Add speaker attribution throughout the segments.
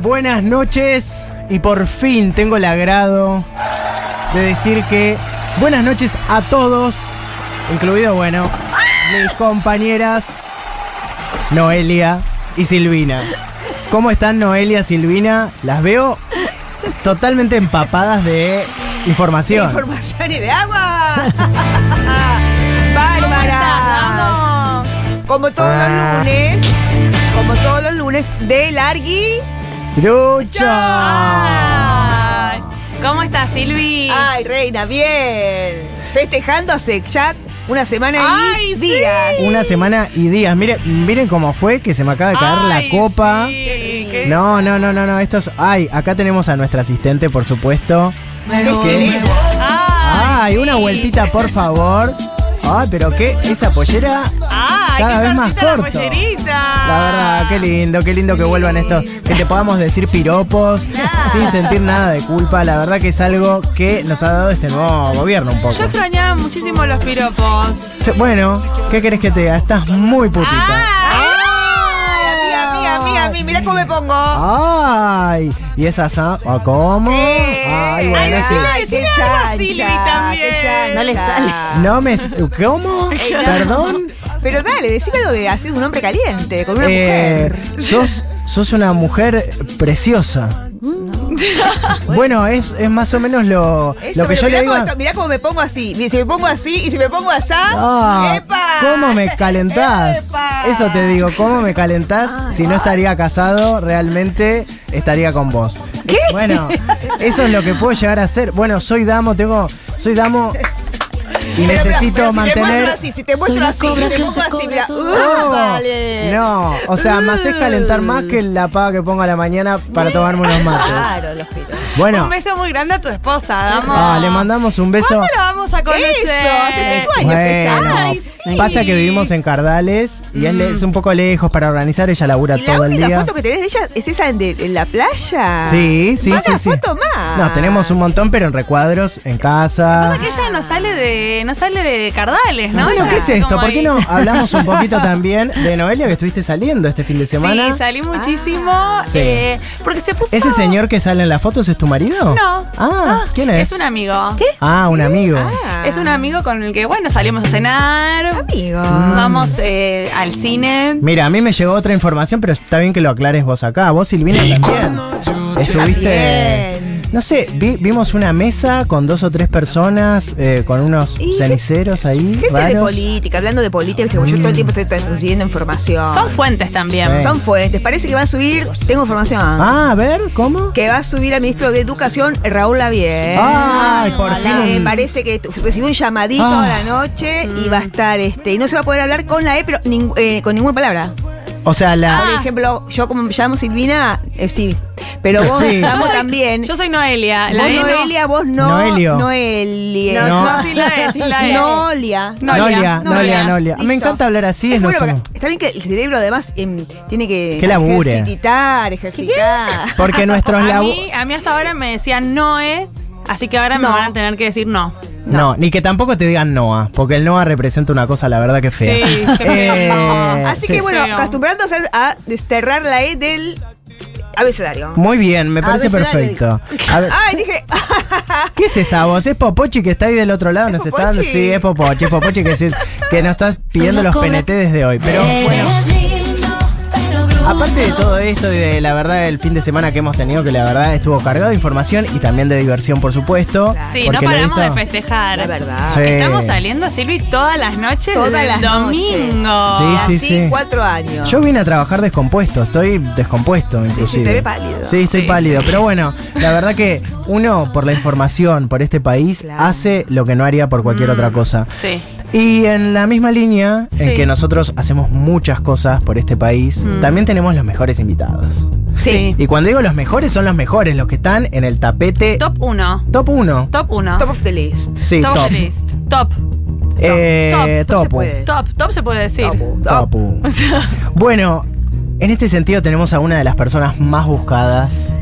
Speaker 1: buenas noches y por fin tengo el agrado de decir que buenas noches a todos, incluido, bueno, mis compañeras Noelia y Silvina. ¿Cómo están Noelia, Silvina? Las veo totalmente empapadas de
Speaker 2: De
Speaker 1: información.
Speaker 2: información y de agua. Bárbaras. Como todos los lunes, como todos los lunes de largui.
Speaker 1: ¡Lucha!
Speaker 3: ¿Cómo estás, Silvi?
Speaker 2: Ay, reina, bien. Festejando hace ya una semana y
Speaker 3: Ay, sí.
Speaker 2: días.
Speaker 1: Una semana y días. Miren, miren cómo fue que se me acaba de caer la
Speaker 3: Ay,
Speaker 1: copa.
Speaker 3: sí, qué-
Speaker 1: No, no, no, no, no. Esto es. Ay, acá tenemos a nuestra asistente, por supuesto.
Speaker 2: Michelin. Ah,
Speaker 1: Ay, una vueltita, por favor. Ay, pero qué. Esa pollera.
Speaker 2: ah,
Speaker 3: Ay,
Speaker 1: cada
Speaker 3: qué
Speaker 1: vez más
Speaker 3: cortita
Speaker 1: corto.
Speaker 3: La pollerita.
Speaker 1: La
Speaker 3: Ah.
Speaker 1: verdad, qué lindo, qué lindo que vuelvan estos. Que te podamos decir piropos sin sentir nada de culpa. La verdad que es algo que nos ha dado este nuevo gobierno un poco.
Speaker 3: Yo extrañaba muchísimo los piropos.
Speaker 1: Se- Bueno, ¿qué querés que te diga? Estás muy putita.
Speaker 3: Ah,
Speaker 2: Ay, a mí, a mí, a mí, a mí. Mira cómo me pongo.
Speaker 3: Ah.
Speaker 1: Ay, y esa sa- ¿o ¿Cómo? Ay, bueno,
Speaker 3: Ay,
Speaker 1: sí.
Speaker 3: ay,
Speaker 2: qué
Speaker 3: decir algo a Silvi también.
Speaker 4: No le sale.
Speaker 1: No me. ¿Cómo? ¿Perdón?
Speaker 2: Pero dale, decime lo de hacer un hombre caliente con una
Speaker 1: Eh,
Speaker 2: mujer.
Speaker 1: Sos, sos una mujer preciosa. bueno, es, es más o menos lo,
Speaker 2: Mm. Eso,
Speaker 1: lo que
Speaker 2: pero
Speaker 1: yo
Speaker 2: mirá
Speaker 1: le digo.
Speaker 2: cómo esto- mirá cómo me pongo así. Mi- Si me pongo así y si me pongo allá.
Speaker 1: Ah,
Speaker 2: ¡epa!
Speaker 1: ¿Cómo me calentás?
Speaker 2: ¡Epa!
Speaker 1: Eso te digo, ¿cómo me calentás? si no estaría casado, realmente estaría con vos.
Speaker 2: ¿Qué?
Speaker 1: Bueno, eso es lo que puedo llegar a ser. Bueno, soy damo, tengo. Soy damo. Y
Speaker 2: Pero, pero,
Speaker 1: necesito
Speaker 2: pero Si te
Speaker 1: mantener.
Speaker 2: muestro así, si te muestro
Speaker 4: Soy la
Speaker 2: así, si
Speaker 4: cobra
Speaker 2: te
Speaker 4: que
Speaker 2: pongo
Speaker 4: se
Speaker 2: así,
Speaker 4: cobra
Speaker 2: mira.
Speaker 4: todo.
Speaker 2: ¡uh,
Speaker 1: No,
Speaker 2: vale!
Speaker 1: Oh, No, o sea, me haces calentar más que la pava que pongo a la mañana para tomarme unos mates.
Speaker 2: Claro, los piros.
Speaker 1: Bueno,
Speaker 3: Un beso muy grande a tu esposa, damos.
Speaker 1: ah, le mandamos un beso.
Speaker 3: ¿Cuándo lo vamos a conocer?
Speaker 2: Eso, hace cinco años que
Speaker 1: Bueno,
Speaker 2: está.
Speaker 3: Ay, sí. Mm.
Speaker 1: pasa que vivimos en Cardales y es, le- es un poco lejos para organizar, ella labura
Speaker 2: Y la
Speaker 1: todo el
Speaker 2: única
Speaker 1: día.
Speaker 2: foto que tenés de ella es esa en, de- en la playa.
Speaker 1: Sí, sí,
Speaker 2: Más
Speaker 1: sí, sí.
Speaker 2: foto más.
Speaker 1: No, tenemos un montón, pero en recuadros, en casa.
Speaker 3: Pasa que ella no sale de, no sale de Cardales, ¿no?
Speaker 1: bueno,
Speaker 3: Ella
Speaker 1: ¿qué es
Speaker 3: está
Speaker 1: esto?
Speaker 3: como
Speaker 1: ¿Por qué
Speaker 3: ahí.
Speaker 1: no Ah, hablamos un poquito también de Noelia que estuviste saliendo este fin de semana?
Speaker 3: Sí, salí muchísimo.
Speaker 1: Sí.
Speaker 3: eh, porque se puso.
Speaker 1: ¿Ese señor que sale en las fotos es tu marido?
Speaker 3: No.
Speaker 1: Ah, ¿quién es?
Speaker 3: Es un amigo. ¿Qué?
Speaker 1: Ah, un amigo.
Speaker 2: Ah.
Speaker 3: Es un amigo con el que, bueno, salimos a cenar.
Speaker 2: amigo.
Speaker 1: Ah. Mm,
Speaker 3: Vamos eh, al cine.
Speaker 1: Mira, a mí me llegó otra información, pero está bien que lo aclares vos acá. Vos, Silvina, también. Estuviste.
Speaker 2: También.
Speaker 1: No sé, vi- vimos una mesa con dos o tres personas, eh, con unos
Speaker 2: Y
Speaker 1: ceniceros ahí.
Speaker 2: Gente de
Speaker 1: raros.
Speaker 2: política, hablando de política, viste, porque yo todo el tiempo estoy recibiendo
Speaker 1: Ah.
Speaker 2: información.
Speaker 3: Son fuentes también.
Speaker 1: Sí.
Speaker 2: Son fuentes. Parece que va a subir. Tengo información.
Speaker 1: Ah, a ver, ¿cómo?
Speaker 2: Que va a subir al ministro de Educación, Raúl Lavier.
Speaker 1: Ay, por
Speaker 2: Eh,
Speaker 1: fin.
Speaker 2: parece que tu- recibió un llamadito
Speaker 1: Ah. Mm.
Speaker 2: a la noche y va a estar este. Y no se va a poder hablar con la E, pero ning- eh, con ninguna palabra.
Speaker 1: O sea, la.
Speaker 2: Por ejemplo, yo como me llamo Silvina, eh, sí. Pero vos
Speaker 1: Sí.
Speaker 2: me llamo
Speaker 3: Yo soy-
Speaker 2: también.
Speaker 3: Yo soy Noelia. La
Speaker 2: vos
Speaker 3: E no-
Speaker 2: Noelia, vos no.
Speaker 1: Noelio.
Speaker 2: Noelia.
Speaker 1: No.
Speaker 3: No, no, sí la es, sí la es.
Speaker 2: Nolia.
Speaker 1: Noelia, Noelia,
Speaker 3: Noelia,
Speaker 1: Nolia.
Speaker 3: Noelia.
Speaker 1: Me
Speaker 2: Listo.
Speaker 1: encanta hablar así,
Speaker 2: Es
Speaker 1: es
Speaker 2: bueno,
Speaker 1: nuestro-
Speaker 2: porque está bien que el cerebro además em, tiene que,
Speaker 1: Que labure.
Speaker 2: ejercitar, ejercitar.
Speaker 1: Porque nuestros
Speaker 3: A
Speaker 1: labu-
Speaker 3: mí, a mí hasta ahora me decían Noe, así que ahora me
Speaker 2: No.
Speaker 3: van a tener que decir no.
Speaker 1: No, ni que tampoco te digan Noah, porque el Noah representa una cosa, la verdad, que fea. Eh,
Speaker 3: Sí, qué feo.
Speaker 2: Así
Speaker 1: sí.
Speaker 2: que bueno,
Speaker 3: Feo.
Speaker 2: acostumbrándose a desterrar la E del abecedario.
Speaker 1: Muy bien, me parece
Speaker 4: Abecedario.
Speaker 1: perfecto. A ver,
Speaker 2: Ay, dije. ah,
Speaker 1: ¿Qué es esa voz? ¿Es Popochi que está ahí del otro lado?
Speaker 2: ¿Es
Speaker 1: nos está dando?
Speaker 2: Popochi?
Speaker 1: Sí, es Popochi, es Popochi que, se- que nos está pidiendo
Speaker 4: Solo
Speaker 1: los
Speaker 4: cobra-
Speaker 1: PNT desde hoy. Pero bueno, aparte de todo esto y de la verdad el fin de semana que hemos tenido, que la verdad estuvo cargado de información y también de diversión, por supuesto.
Speaker 3: Sí, no
Speaker 1: porque lo he
Speaker 3: paramos de
Speaker 1: visto-
Speaker 3: festejar.
Speaker 2: La verdad.
Speaker 1: Sí.
Speaker 3: Estamos saliendo, Silvi, todas las noches.
Speaker 2: Todas
Speaker 3: desde
Speaker 2: las
Speaker 3: el domingo.
Speaker 1: Sí, sí.
Speaker 2: Así cuatro años.
Speaker 1: Yo vine a trabajar descompuesto, estoy descompuesto inclusive.
Speaker 2: te ve pálido.
Speaker 1: Sí, estoy
Speaker 3: Sí.
Speaker 1: pálido, pero bueno, la verdad que uno por la información, por este país,
Speaker 2: Claro.
Speaker 1: hace lo que no haría por cualquier otra
Speaker 3: Mm.
Speaker 1: cosa.
Speaker 3: Sí.
Speaker 1: Y en la misma línea en
Speaker 3: Sí. Mm.
Speaker 1: que nosotros hacemos muchas cosas por este país, también tenemos los mejores invitados.
Speaker 3: Sí.
Speaker 1: Y cuando digo los mejores, son los mejores, los que están en el tapete
Speaker 3: Top 1.
Speaker 1: top 1.
Speaker 3: Top 1.
Speaker 2: Top of the list.
Speaker 1: Sí, top.
Speaker 3: list. Top.
Speaker 1: Eh,
Speaker 2: top, top se
Speaker 1: topu.
Speaker 2: puede.
Speaker 3: Top. Top se puede decir.
Speaker 2: Top. Top.
Speaker 1: Topu. Bueno, en este sentido tenemos a una de las personas más buscadas.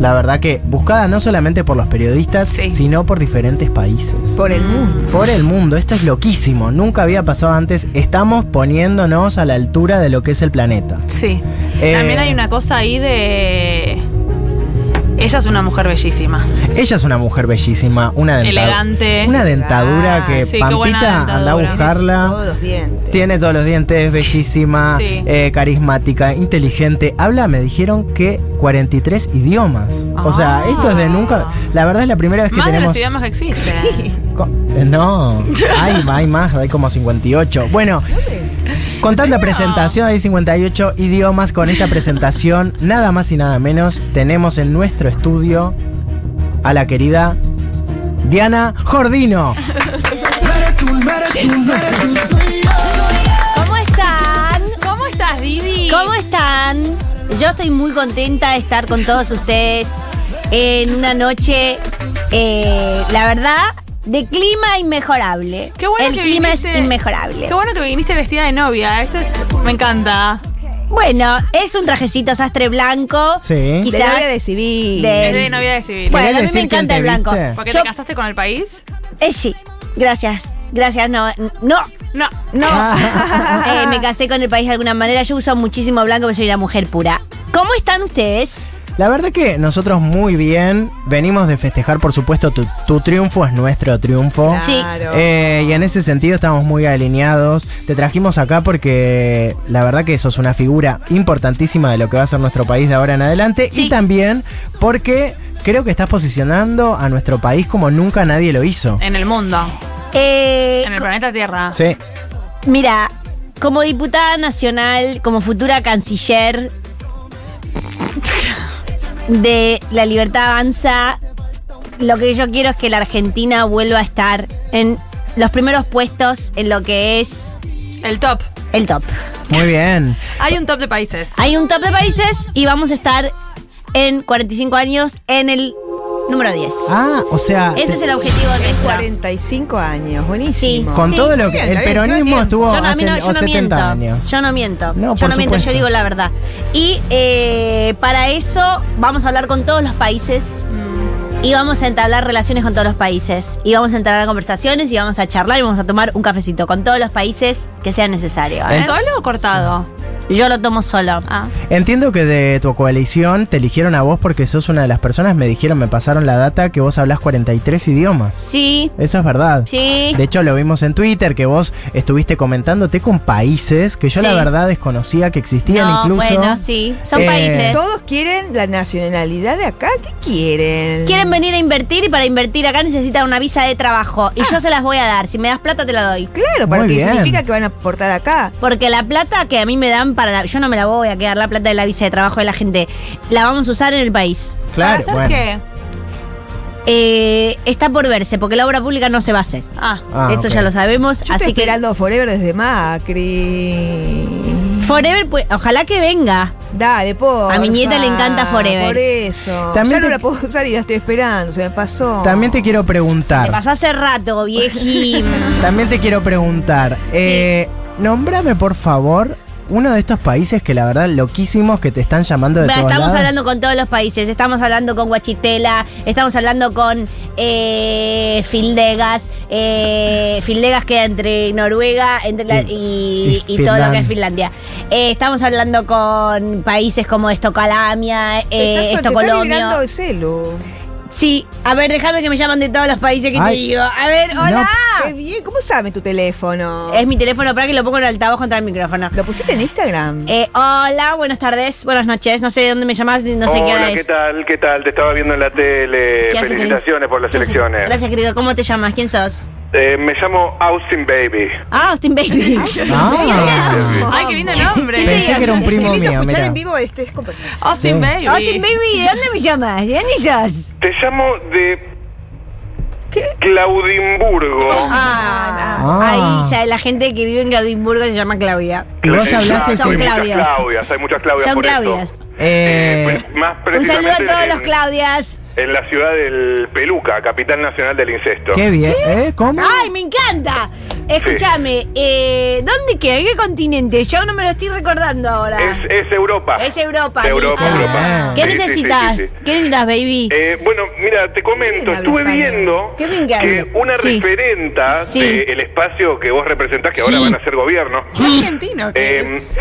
Speaker 1: La verdad que buscada no solamente por los periodistas,
Speaker 3: Sí.
Speaker 1: sino por diferentes países.
Speaker 2: Por el mundo.
Speaker 1: Por el mundo, esto es loquísimo, nunca había pasado antes. Estamos poniéndonos a la altura de lo que es el planeta.
Speaker 3: Sí.
Speaker 1: Eh,
Speaker 3: También hay una cosa ahí de. Ella es una mujer bellísima.
Speaker 1: Ella es una mujer bellísima, una dentadura.
Speaker 3: Elegante.
Speaker 1: Una dentadura
Speaker 2: Ah,
Speaker 1: que
Speaker 3: sí, qué buena
Speaker 1: Pampita anda a
Speaker 3: dentadura.
Speaker 2: Todos
Speaker 1: buscarla.
Speaker 2: los dientes.
Speaker 1: Tiene todos los dientes, bellísima,
Speaker 3: Sí.
Speaker 1: eh, carismática, inteligente. Habla, me dijeron que 43 idiomas. O sea,
Speaker 3: Ah.
Speaker 1: esto es de nunca. La verdad es la primera vez que
Speaker 3: Más de
Speaker 1: tenemos.
Speaker 3: los idiomas que existen.
Speaker 1: Co- eh, No, hay, hay más, hay como 58. Bueno, con tanta presentación hay 58 idiomas. Con esta presentación, nada más y nada menos, tenemos en nuestro estudio a la querida Diana Jordino.
Speaker 4: ¿Cómo están?
Speaker 3: ¿Cómo estás, Didi?
Speaker 4: ¿Cómo están? Yo estoy muy contenta de estar con todos ustedes en una noche, eh, la verdad, de clima inmejorable.
Speaker 3: Qué bueno
Speaker 4: El
Speaker 3: que
Speaker 4: clima
Speaker 3: viniste-
Speaker 4: es inmejorable.
Speaker 3: Qué bueno que viniste vestida de novia. Esto es, me encanta.
Speaker 4: Bueno, es un trajecito sastre blanco.
Speaker 1: Sí.
Speaker 2: De
Speaker 4: Quizás.
Speaker 2: novia de civil.
Speaker 4: de-
Speaker 3: Es de novia de civil.
Speaker 4: Bueno, a mí
Speaker 1: ¿Querés
Speaker 4: me
Speaker 1: decir quién
Speaker 4: encanta
Speaker 1: te
Speaker 4: el blanco.
Speaker 1: viste?
Speaker 3: ¿Porque
Speaker 4: Yo-
Speaker 3: te casaste con el país?
Speaker 4: eh, sí, gracias. Gracias, no. No.
Speaker 3: No.
Speaker 2: No.
Speaker 1: Ah,
Speaker 4: Eh, me casé con el país de alguna manera. Yo uso muchísimo blanco porque soy una mujer pura. ¿Cómo están ustedes?
Speaker 1: La verdad que nosotros muy bien, venimos de festejar, por supuesto, tu, tu triunfo es nuestro triunfo.
Speaker 4: Sí.
Speaker 2: Claro.
Speaker 1: Eh, y en ese sentido estamos muy alineados. Te trajimos acá porque la verdad que sos una figura importantísima de lo que va a ser nuestro país de ahora en adelante.
Speaker 4: Sí.
Speaker 1: Y también porque creo que estás posicionando a nuestro país como nunca nadie lo hizo.
Speaker 3: En el mundo.
Speaker 4: Eh,
Speaker 3: En el planeta Tierra.
Speaker 1: Sí.
Speaker 4: Mira, como diputada nacional, como futura canciller de la libertad avanza, lo que yo quiero es que la Argentina vuelva a estar en los primeros puestos en lo que es
Speaker 3: El top.
Speaker 4: el top.
Speaker 1: Muy bien.
Speaker 3: Hay un top de países.
Speaker 4: Hay un top de países y vamos a estar en 45 años en el número 10.
Speaker 1: Ah, o sea,
Speaker 4: Ese es el objetivo de nuestro.
Speaker 2: 45 años, buenísimo.
Speaker 1: con
Speaker 4: Sí.
Speaker 1: todo lo que
Speaker 2: Bien,
Speaker 1: el
Speaker 2: había hecho
Speaker 1: peronismo
Speaker 2: tiempo.
Speaker 1: estuvo
Speaker 4: Yo no, a mí
Speaker 1: hace
Speaker 4: no- yo no
Speaker 1: 70
Speaker 4: miento.
Speaker 1: años.
Speaker 4: Yo no miento.
Speaker 1: No,
Speaker 4: yo
Speaker 1: por
Speaker 4: no miento,
Speaker 1: supuesto.
Speaker 4: yo digo la verdad. Y eh, para eso vamos a hablar con todos los países y vamos a entablar relaciones con todos los países. Y vamos a entablar conversaciones y vamos a charlar y vamos a tomar un cafecito con todos los países que sea necesario. ¿eh?
Speaker 3: ¿Solo o cortado?
Speaker 4: Yo lo tomo solo.
Speaker 3: Ah.
Speaker 1: Entiendo que de tu coalición te eligieron a vos porque sos una de las personas, me dijeron, me pasaron la data que vos hablas 43 idiomas.
Speaker 4: Sí,
Speaker 1: Eso es verdad.
Speaker 4: sí.
Speaker 1: De hecho, lo vimos en Twitter que vos estuviste comentándote con países que yo la
Speaker 4: Sí.
Speaker 1: verdad desconocía que existían
Speaker 4: no,
Speaker 1: incluso.
Speaker 4: bueno, sí. Son
Speaker 1: Eh,
Speaker 4: países.
Speaker 2: Todos quieren la nacionalidad de acá. ¿Qué quieren?
Speaker 4: Quieren venir a invertir y para invertir acá necesitan una visa de trabajo.
Speaker 1: Ah.
Speaker 4: Y yo se las voy a dar. Si me das plata, te la doy.
Speaker 2: Claro, para
Speaker 1: Muy
Speaker 2: qué
Speaker 1: bien.
Speaker 2: significa que van a aportar acá.
Speaker 4: Porque la plata que a mí me dan para la, yo no me la voy a quedar la plata de la visa de trabajo de la gente. La vamos a usar en el país.
Speaker 1: Claro,
Speaker 3: ¿Para
Speaker 1: bueno.
Speaker 3: hacer qué?
Speaker 4: Eh, está por verse, porque la obra pública no se va a hacer.
Speaker 3: Ah.
Speaker 1: Ah,
Speaker 4: Eso
Speaker 1: ok.
Speaker 4: ya lo sabemos.
Speaker 2: Yo
Speaker 4: así
Speaker 2: estoy
Speaker 4: que
Speaker 2: esperando Forever desde Macri.
Speaker 4: Forever, pues, ojalá que venga.
Speaker 2: Dale, por.
Speaker 4: A mi nieta le encanta Forever.
Speaker 2: Por eso.
Speaker 1: También
Speaker 2: ya no
Speaker 1: te-
Speaker 2: la puedo usar y la estoy esperando, se me pasó.
Speaker 1: También
Speaker 4: Eh,
Speaker 1: te quiero
Speaker 4: Me
Speaker 1: preguntar.
Speaker 4: pasó hace rato, viejín.
Speaker 1: También te quiero preguntar. Eh, Nómbrame, por favor, uno de estos países que la verdad loquísimos que te están llamando de
Speaker 4: Bueno,
Speaker 1: todos
Speaker 4: estamos
Speaker 1: lados.
Speaker 4: hablando con todos los países. Estamos hablando con Guachitela, estamos hablando con eh, Fildegas. eh, Fildegas queda entre Noruega entre la-
Speaker 1: Y-
Speaker 4: y,
Speaker 1: y
Speaker 4: y todo lo que es
Speaker 1: Finlandia.
Speaker 4: Finlandia. Eh, estamos hablando con países como Estocalamia,
Speaker 2: Te
Speaker 4: eh,
Speaker 2: estás- te está liberando
Speaker 4: Estocolomio.
Speaker 2: el celu.
Speaker 4: Sí, a ver, déjame que me llaman de todos los países que
Speaker 1: Ay.
Speaker 4: te digo. A ver, hola.
Speaker 2: Qué bien, ¿cómo sabe tu teléfono?
Speaker 4: Ah. Es mi teléfono para que lo pongo en el altavoz contra el micrófono.
Speaker 2: ¿Lo pusiste en Instagram?
Speaker 4: Eh, hola, buenas tardes, buenas noches. No sé de dónde me llamas, no sé qué hora
Speaker 5: Hola,
Speaker 4: es.
Speaker 5: ¿qué tal? ¿Qué tal? Te estaba viendo en la tele.
Speaker 4: ¿Qué haces,
Speaker 5: Felicitaciones
Speaker 4: querido?
Speaker 5: por las
Speaker 4: ¿Qué haces?
Speaker 5: elecciones.
Speaker 4: Gracias, querido. ¿Cómo te llamas? ¿Quién sos?
Speaker 5: Eh, me llamo Austin Baby.
Speaker 4: Ah, Austin Baby.
Speaker 1: Ah,
Speaker 3: Ay, qué lindo nombre.
Speaker 1: pensé que era un primo
Speaker 2: Qué lindo
Speaker 1: mío.
Speaker 2: escuchar
Speaker 1: mirá.
Speaker 2: en vivo este conversación.
Speaker 3: Austin
Speaker 1: Sí.
Speaker 3: Baby.
Speaker 4: Austin Baby, ¿de dónde me llamas? ¿De dónde sos?
Speaker 5: Te llamo de. Claudimburgo.
Speaker 4: Ah,
Speaker 1: Ah.
Speaker 4: ahí ya la gente que vive en Claudimburgo se llama Claudia.
Speaker 1: Y vos hablás
Speaker 5: Exacto,
Speaker 1: ese-
Speaker 5: hay
Speaker 4: Son
Speaker 5: muchas
Speaker 4: Claudias.
Speaker 5: Claudias. Hay muchas Claudias.
Speaker 4: Son
Speaker 5: por eso.
Speaker 4: Claudias.
Speaker 1: Eh,
Speaker 5: Eh, pues, más
Speaker 4: Un saludo a
Speaker 5: precisamente
Speaker 4: todos los
Speaker 5: en-
Speaker 4: Claudias.
Speaker 5: En la ciudad del Peluca, capital nacional del incesto.
Speaker 1: Qué bien. ¿Eh? ¿Cómo?
Speaker 4: ¡Ay, me encanta! Escúchame, eh, ¿dónde queda? ¿Qué continente? Yo no me lo estoy recordando ahora.
Speaker 5: Es, es Europa.
Speaker 4: Es Europa.
Speaker 5: De Europa,
Speaker 4: listo.
Speaker 1: Ah.
Speaker 5: Europa.
Speaker 4: ¿Qué
Speaker 5: Sí, sí, sí, sí,
Speaker 4: necesitas?
Speaker 5: sí.
Speaker 4: ¿Qué necesitas, baby?
Speaker 5: Eh, bueno, mira, te comento,
Speaker 2: habla
Speaker 5: estuve
Speaker 2: español.
Speaker 5: viendo
Speaker 4: Qué bien que
Speaker 5: que
Speaker 4: habla.
Speaker 5: una
Speaker 4: Sí.
Speaker 5: referenta
Speaker 4: Sí.
Speaker 5: del espacio que vos representás, que ahora
Speaker 4: Sí. Ah,
Speaker 5: van a ser gobierno,
Speaker 3: Qué argentino que
Speaker 5: eh,
Speaker 3: es.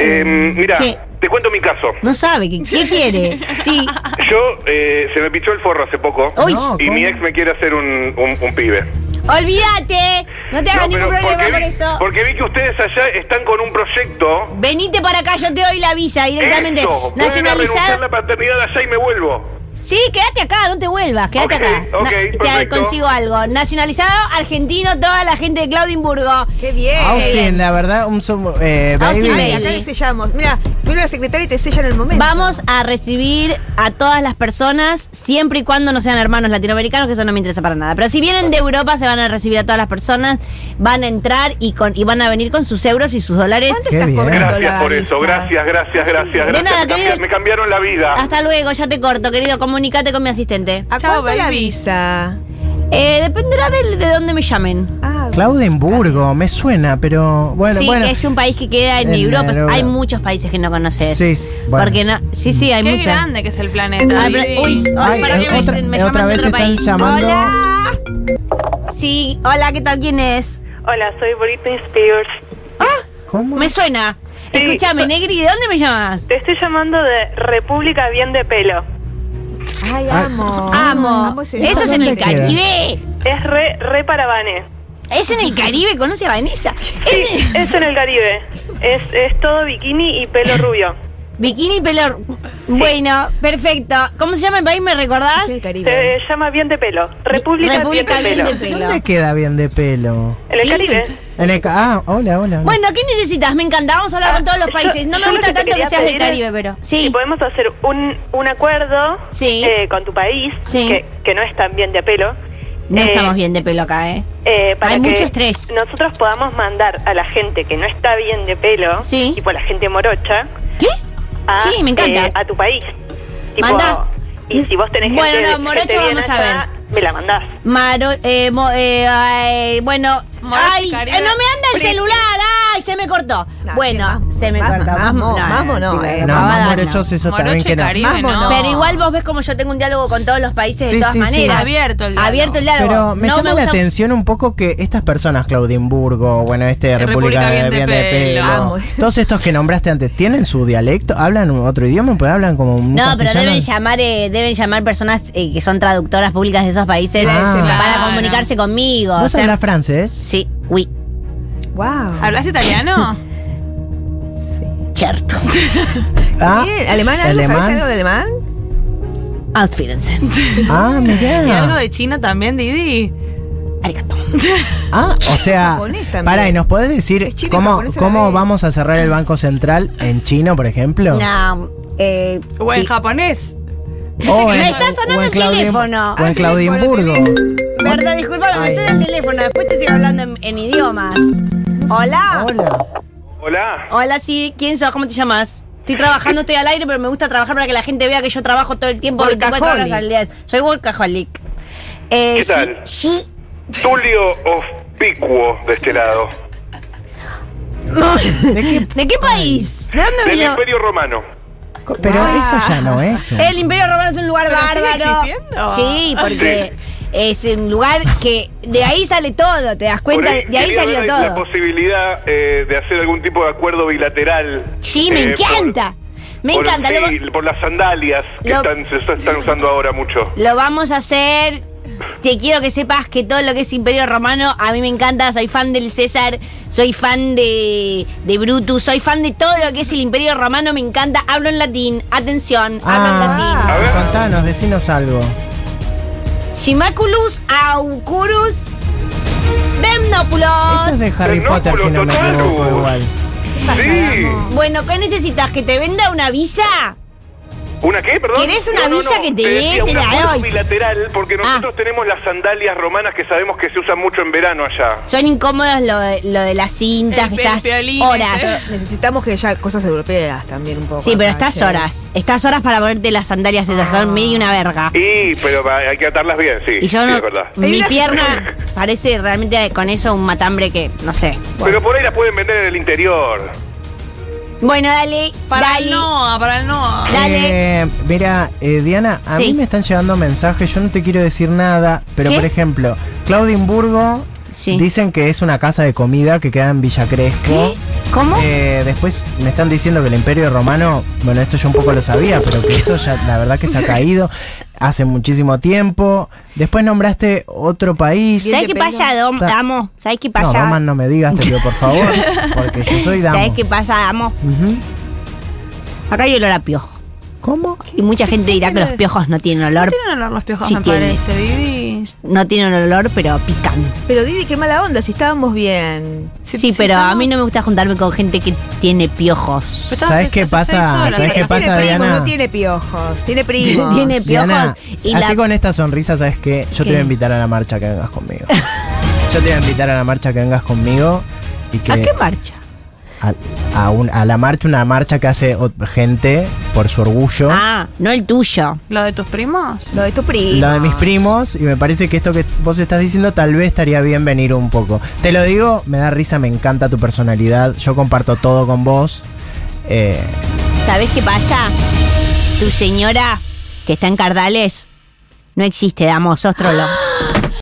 Speaker 5: eh, mira,
Speaker 4: ¿Qué?
Speaker 5: Te cuento mi caso.
Speaker 4: No sabe, ¿qué, qué quiere? Sí.
Speaker 5: Yo eh, se me pichó el forro hace poco
Speaker 4: Uy.
Speaker 1: No,
Speaker 5: y
Speaker 1: ¿cómo?
Speaker 5: mi ex me quiere hacer un, un- un pibe.
Speaker 4: ¡Olvídate! No te hagas
Speaker 5: No,
Speaker 4: ningún
Speaker 5: pero
Speaker 4: problema
Speaker 5: porque
Speaker 4: por
Speaker 5: vi-
Speaker 4: eso.
Speaker 5: Porque vi que ustedes allá están con un proyecto.
Speaker 4: Venite para acá, yo te doy la visa directamente.
Speaker 5: Eso, pueden renunciar
Speaker 4: Nacionalizada.
Speaker 5: la paternidad allá y me vuelvo.
Speaker 4: Sí, quédate acá, no te vuelvas, quédate
Speaker 5: Ok,
Speaker 4: acá.
Speaker 5: ok,
Speaker 4: Na- te
Speaker 5: perfecto.
Speaker 4: consigo algo. Nacionalizado argentino, toda la gente de Claudimburgo.
Speaker 2: ¡Qué bien!
Speaker 4: bien.
Speaker 1: Austin, la verdad, un som- eh,
Speaker 4: Austin
Speaker 1: baby.
Speaker 2: Ay, acá le sellamos. Mira, viene la secretaria y te sella en el momento.
Speaker 4: Vamos a recibir a todas las personas, siempre y cuando no sean hermanos latinoamericanos, que eso no me interesa para nada. Pero si vienen de Europa, se van a recibir a todas las personas, van a entrar y, con, y van a venir con sus euros y sus dólares.
Speaker 2: ¿Cuánto
Speaker 1: Qué
Speaker 2: estás
Speaker 1: bien.
Speaker 2: cobrando
Speaker 5: Gracias
Speaker 2: la
Speaker 5: por eso,
Speaker 2: visa?
Speaker 5: gracias, gracias,
Speaker 2: Así.
Speaker 5: gracias,
Speaker 4: De
Speaker 5: gracias.
Speaker 4: nada,
Speaker 5: me, cambiaron-
Speaker 4: querido.
Speaker 5: me cambiaron la vida.
Speaker 4: Hasta luego, ya te corto, querido. Comunicate con mi asistente.
Speaker 2: ¿A
Speaker 3: Chao,
Speaker 2: cuánto la
Speaker 3: baby.
Speaker 2: visa?
Speaker 4: Eh, dependerá del- de, dónde me llamen.
Speaker 2: Ah,
Speaker 1: Claudemburgo, me suena, pero bueno,
Speaker 4: sí,
Speaker 1: bueno.
Speaker 4: que es un país que queda en,
Speaker 1: En
Speaker 4: Europa.
Speaker 1: Europa.
Speaker 4: Hay muchos países que no conoces.
Speaker 1: Sí, sí, bueno.
Speaker 4: Porque no, sí, sí, hay
Speaker 3: Qué
Speaker 4: muchos.
Speaker 3: grande que es el planeta.
Speaker 4: Ay, pero- uy, ay,
Speaker 1: Ay,
Speaker 4: para
Speaker 1: eh,
Speaker 4: que me,
Speaker 1: otra-
Speaker 4: dicen, me
Speaker 1: eh,
Speaker 4: llaman
Speaker 1: otra
Speaker 4: de
Speaker 1: vez
Speaker 4: otro
Speaker 1: están
Speaker 4: país.
Speaker 1: llamando.
Speaker 4: Hola. Sí, hola, ¿qué tal? ¿Quién es?
Speaker 6: Hola, soy Britney Spears.
Speaker 1: ¿Cómo?
Speaker 4: Me suena.
Speaker 6: Sí.
Speaker 4: Escúchame, Negri, ¿de dónde me llamas?
Speaker 6: Te estoy llamando de República Bien de Pelo.
Speaker 2: ay,
Speaker 1: Ah.
Speaker 2: amo.
Speaker 4: Amo.
Speaker 2: ese
Speaker 4: Eso es en el
Speaker 1: ¿Dónde queda?
Speaker 4: Caribe.
Speaker 6: Es re, re para Vanes.
Speaker 4: Es en el Caribe, conoce a Vanessa.
Speaker 6: Sí,
Speaker 4: Es en-
Speaker 6: es en el Caribe. Es, es todo bikini y pelo rubio.
Speaker 4: Bikini y pelo. Bueno, perfecto. ¿Cómo se llama el país? ¿Me recordás?
Speaker 2: Es el Caribe.
Speaker 6: Se llama Bien de Pelo. República,
Speaker 4: República
Speaker 6: Bien de Pelo.
Speaker 4: Bien de Pelo.
Speaker 1: ¿Dónde queda bien de pelo?
Speaker 6: En el
Speaker 4: Sí.
Speaker 6: Caribe.
Speaker 1: En el ca- ah, hola, hola. hola.
Speaker 4: Bueno, ¿qué necesitas? Me encanta. Vamos a hablar con todos los
Speaker 6: Ah, Yo-
Speaker 4: países. No
Speaker 6: yo
Speaker 4: me
Speaker 6: lo
Speaker 4: gusta
Speaker 6: que te
Speaker 4: tanto que
Speaker 6: quería
Speaker 4: seas del
Speaker 6: pedir es
Speaker 4: Caribe, pero.
Speaker 6: Si
Speaker 4: Sí.
Speaker 6: podemos hacer un, un acuerdo
Speaker 4: Sí.
Speaker 6: eh, con tu país,
Speaker 4: Sí.
Speaker 6: que, que no es tan bien de pelo.
Speaker 4: No
Speaker 6: eh,
Speaker 4: estamos bien de pelo acá, ¿eh?
Speaker 6: Eh, para
Speaker 4: Hay
Speaker 6: que
Speaker 4: mucho estrés.
Speaker 6: Nosotros podamos mandar a la gente que no está bien de pelo,
Speaker 4: Sí.
Speaker 6: tipo la gente morocha,
Speaker 4: ¿Qué?
Speaker 6: a,
Speaker 4: Sí, me encanta.
Speaker 6: eh, a tu país. Tipo,
Speaker 4: Mandá.
Speaker 6: Y si vos tenés
Speaker 4: Bueno,
Speaker 6: gente,
Speaker 4: no,
Speaker 6: gente
Speaker 4: morocho
Speaker 6: bien
Speaker 4: vamos a
Speaker 6: allá, Me la mandás.
Speaker 4: Maro, eh, mo- eh, ay, bueno,
Speaker 3: Morocho
Speaker 4: ay,
Speaker 3: Caribe.
Speaker 4: eh, no me anda el celular, ay, se me cortó.
Speaker 2: No,
Speaker 4: bueno,
Speaker 2: qué mambo,
Speaker 4: se me
Speaker 2: mambo,
Speaker 4: cortó.
Speaker 2: mambo,
Speaker 4: no,
Speaker 2: mambo no,
Speaker 4: chica,
Speaker 2: eh.
Speaker 1: no,
Speaker 4: pavada,
Speaker 1: más
Speaker 4: no.
Speaker 1: morochoso eso también
Speaker 3: Morocho
Speaker 1: que
Speaker 3: y
Speaker 1: no.
Speaker 3: Caribe,
Speaker 2: Vamos,
Speaker 3: no.
Speaker 2: no.
Speaker 4: Pero igual vos ves como yo tengo un diálogo con todos los países
Speaker 1: Sí,
Speaker 4: de todas
Speaker 1: sí, sí.
Speaker 4: maneras.
Speaker 3: Abierto el diálogo.
Speaker 4: Abierto el diálogo.
Speaker 1: Pero me
Speaker 4: No
Speaker 1: llama la
Speaker 4: gusta-
Speaker 1: atención un poco que estas personas, Claudimburgo, bueno, este República,
Speaker 3: República
Speaker 1: de-
Speaker 3: bien de
Speaker 1: bien de,
Speaker 3: pelo.
Speaker 1: Pelo,
Speaker 2: Vamos.
Speaker 1: todos estos que nombraste antes, ¿tienen su dialecto? ¿Hablan otro idioma? Pues hablan como un
Speaker 4: No, pero
Speaker 1: castellano?
Speaker 4: deben llamar, eh, deben llamar personas eh, que son traductoras públicas de esos países
Speaker 1: Ah.
Speaker 4: para
Speaker 3: Claro.
Speaker 4: comunicarse conmigo. o
Speaker 1: ¿Vos
Speaker 4: sea,
Speaker 1: hablas francés?
Speaker 4: Sí, oui,
Speaker 2: Wow.
Speaker 3: ¿Hablas italiano?
Speaker 4: cierto.
Speaker 1: Ah,
Speaker 2: Bien, ¿alemán? ¿Algo ¿Sabes
Speaker 1: ¿Alemán?
Speaker 2: algo de alemán?
Speaker 4: Auf Wiedersehen.
Speaker 1: Ah,
Speaker 3: ¿Y algo
Speaker 1: mirá.
Speaker 3: de chino también, Didi?
Speaker 4: Arigato.
Speaker 1: Ah, o sea,
Speaker 2: Japonés también.
Speaker 1: pará, ¿y nos podés
Speaker 2: Es
Speaker 1: decir
Speaker 2: chino y
Speaker 1: cómo,
Speaker 2: japonés a la
Speaker 1: cómo
Speaker 2: vez.
Speaker 1: vamos a cerrar el Banco Central en chino, por ejemplo?
Speaker 4: No, eh,
Speaker 3: ¿O en
Speaker 4: sí.
Speaker 3: japonés?
Speaker 1: O
Speaker 4: Me está sonando
Speaker 1: o en
Speaker 4: el
Speaker 1: Claudim-
Speaker 4: teléfono.
Speaker 1: O en Claudimburgo.
Speaker 4: Verdad, disculpa, me
Speaker 1: Ay.
Speaker 4: suena el teléfono. Después te sigo hablando en, en idiomas. Hola.
Speaker 1: Hola.
Speaker 5: Hola.
Speaker 4: Hola, sí. ¿Quién sos? ¿Cómo te llamas? Estoy trabajando, estoy al aire, pero me gusta trabajar para que la gente vea que yo trabajo todo el tiempo, 24 horas
Speaker 2: Workaholic.
Speaker 4: al día. Soy workaholic. Eh,
Speaker 5: ¿Qué
Speaker 4: sí-
Speaker 5: tal?
Speaker 4: sí.
Speaker 5: Tulio Ospicuo de este lado.
Speaker 1: ¿De qué-
Speaker 4: ¿De qué país? ¿De dónde
Speaker 5: Del
Speaker 4: vino?
Speaker 5: Imperio Romano.
Speaker 1: Pero
Speaker 4: Ah.
Speaker 1: eso ya no es. un-
Speaker 4: El Imperio Romano es un lugar
Speaker 3: ¿Pero sigue
Speaker 4: bárbaro.
Speaker 3: existiendo?
Speaker 4: Sí, porque es un lugar que de ahí sale todo, ¿te das cuenta?
Speaker 5: Por ahí
Speaker 4: De ahí
Speaker 5: quería
Speaker 4: salió
Speaker 5: ver La
Speaker 4: todo.
Speaker 5: posibilidad eh, de hacer algún tipo de acuerdo bilateral.
Speaker 4: Sí, me
Speaker 5: eh, por-
Speaker 4: encanta. Me
Speaker 5: por-
Speaker 4: encanta. Lo-
Speaker 5: sí, por las sandalias que
Speaker 4: Lo-
Speaker 5: están, se están usando ahora mucho.
Speaker 4: Lo vamos a hacer. Te quiero que sepas que todo lo que es Imperio Romano a mí me encanta. Soy fan del César, soy fan de, de Brutus, soy fan de todo lo que es el Imperio Romano. Me encanta. Hablo en latín. Atención, hablo en latín.
Speaker 1: Ah,
Speaker 5: A ver.
Speaker 1: contanos, decinos algo.
Speaker 4: Simaculus aucurus demnopulos.
Speaker 1: Eso es de Harry
Speaker 5: El
Speaker 1: Potter, si no me
Speaker 5: nóculo
Speaker 1: equivoco,
Speaker 5: total.
Speaker 1: igual.
Speaker 5: Sí.
Speaker 4: Bueno, ¿qué necesitas? ¿Que te venda una visa?
Speaker 5: ¿Una qué, perdón?
Speaker 4: ¿Querés una visa que te dé?
Speaker 5: decía,
Speaker 4: Te
Speaker 5: un
Speaker 4: la
Speaker 5: acuerdo
Speaker 4: doy. Ah.
Speaker 5: bilateral, porque nosotros tenemos las sandalias romanas que sabemos que se usan mucho en verano allá.
Speaker 4: Son incómodos lo de, lo de las cintas,
Speaker 3: El eh.
Speaker 4: que estás
Speaker 3: piolín
Speaker 4: horas.
Speaker 3: ese.
Speaker 2: Necesitamos que haya cosas europeas también un poco.
Speaker 4: Sí, pero
Speaker 2: acá,
Speaker 4: estás
Speaker 2: che.
Speaker 4: horas. Estás horas para ponerte las sandalias esas. Son medio una verga.
Speaker 5: Y, pero va- hay que atarlas bien, sí.
Speaker 4: Y yo
Speaker 5: sí,
Speaker 4: no.
Speaker 5: es verdad.
Speaker 2: Hay
Speaker 4: Mi
Speaker 2: una-
Speaker 4: pierna parece realmente con eso un matambre que no sé.
Speaker 5: Pero por ahí las pueden vender en el interior.
Speaker 4: Bueno, dale.
Speaker 3: Para
Speaker 4: dale.
Speaker 3: el NOA, para el NOA.
Speaker 4: Dale.
Speaker 1: Eh, mira, eh, Diana, a
Speaker 4: Sí.
Speaker 1: mí me están llegando mensajes, yo no te quiero decir nada, pero
Speaker 4: ¿Qué?
Speaker 1: por ejemplo, Claudimburgo
Speaker 4: Sí.
Speaker 1: dicen que es una casa de comida que queda en Villa Crespo.
Speaker 4: ¿Cómo?
Speaker 1: Eh, después me están diciendo que el Imperio Romano, bueno, esto yo un poco lo sabía, pero que esto ya la verdad que se ha caído hace muchísimo tiempo. Después nombraste otro país.
Speaker 4: ¿Sabes qué pasa, Dom-
Speaker 1: Ta-
Speaker 4: Damo? ¿Sabes qué
Speaker 1: No,
Speaker 4: pasa?
Speaker 1: Roman, no me digas, te pido por favor, porque yo soy damo.
Speaker 4: ¿Sabes qué pasa, Damo?
Speaker 1: Ujú.
Speaker 4: Acá hay olor a piojo.
Speaker 1: ¿Cómo?
Speaker 4: Y mucha gente dirá que los piojos no tienen
Speaker 3: No
Speaker 4: olor.
Speaker 3: tienen olor los piojos,
Speaker 4: Sí
Speaker 3: me
Speaker 4: tiene.
Speaker 3: parece, Vivi.
Speaker 4: No tienen olor, pero pican.
Speaker 2: Pero Didi, qué mala onda, si estábamos bien.
Speaker 4: Sí, pero a mí no me gusta juntarme con gente que tiene piojos.
Speaker 3: Pero
Speaker 1: ¿Sabes
Speaker 3: estamos
Speaker 1: qué
Speaker 3: hace seis
Speaker 1: pasa?
Speaker 3: horas.
Speaker 1: ¿Sabes qué
Speaker 2: Tiene
Speaker 1: pasa,
Speaker 2: primos,
Speaker 1: Diana?
Speaker 2: No tiene piojos, tiene primos.
Speaker 4: Tiene- piojos
Speaker 1: Diana,
Speaker 4: y
Speaker 1: así
Speaker 4: la-
Speaker 1: con esta sonrisa, ¿sabes qué? Yo te
Speaker 4: ¿Qué?
Speaker 1: voy a invitar a la marcha que vengas conmigo. Yo te voy a invitar a la marcha que vengas conmigo y que
Speaker 4: ¿A qué marcha?
Speaker 1: a, a un- a la marcha, una marcha que hace ot- gente por su orgullo.
Speaker 4: Ah, no el tuyo.
Speaker 3: ¿Lo de tus primos?
Speaker 2: Lo de tu primo.
Speaker 1: Lo de mis primos, y me parece que esto que vos estás diciendo tal vez estaría bien venir un poco. Te lo digo, me da risa, me encanta tu personalidad, yo comparto todo con vos. Eh,
Speaker 4: ¿Sabes qué pasa? Tu señora, que está en Cardales, no existe, Damo, sos trolo.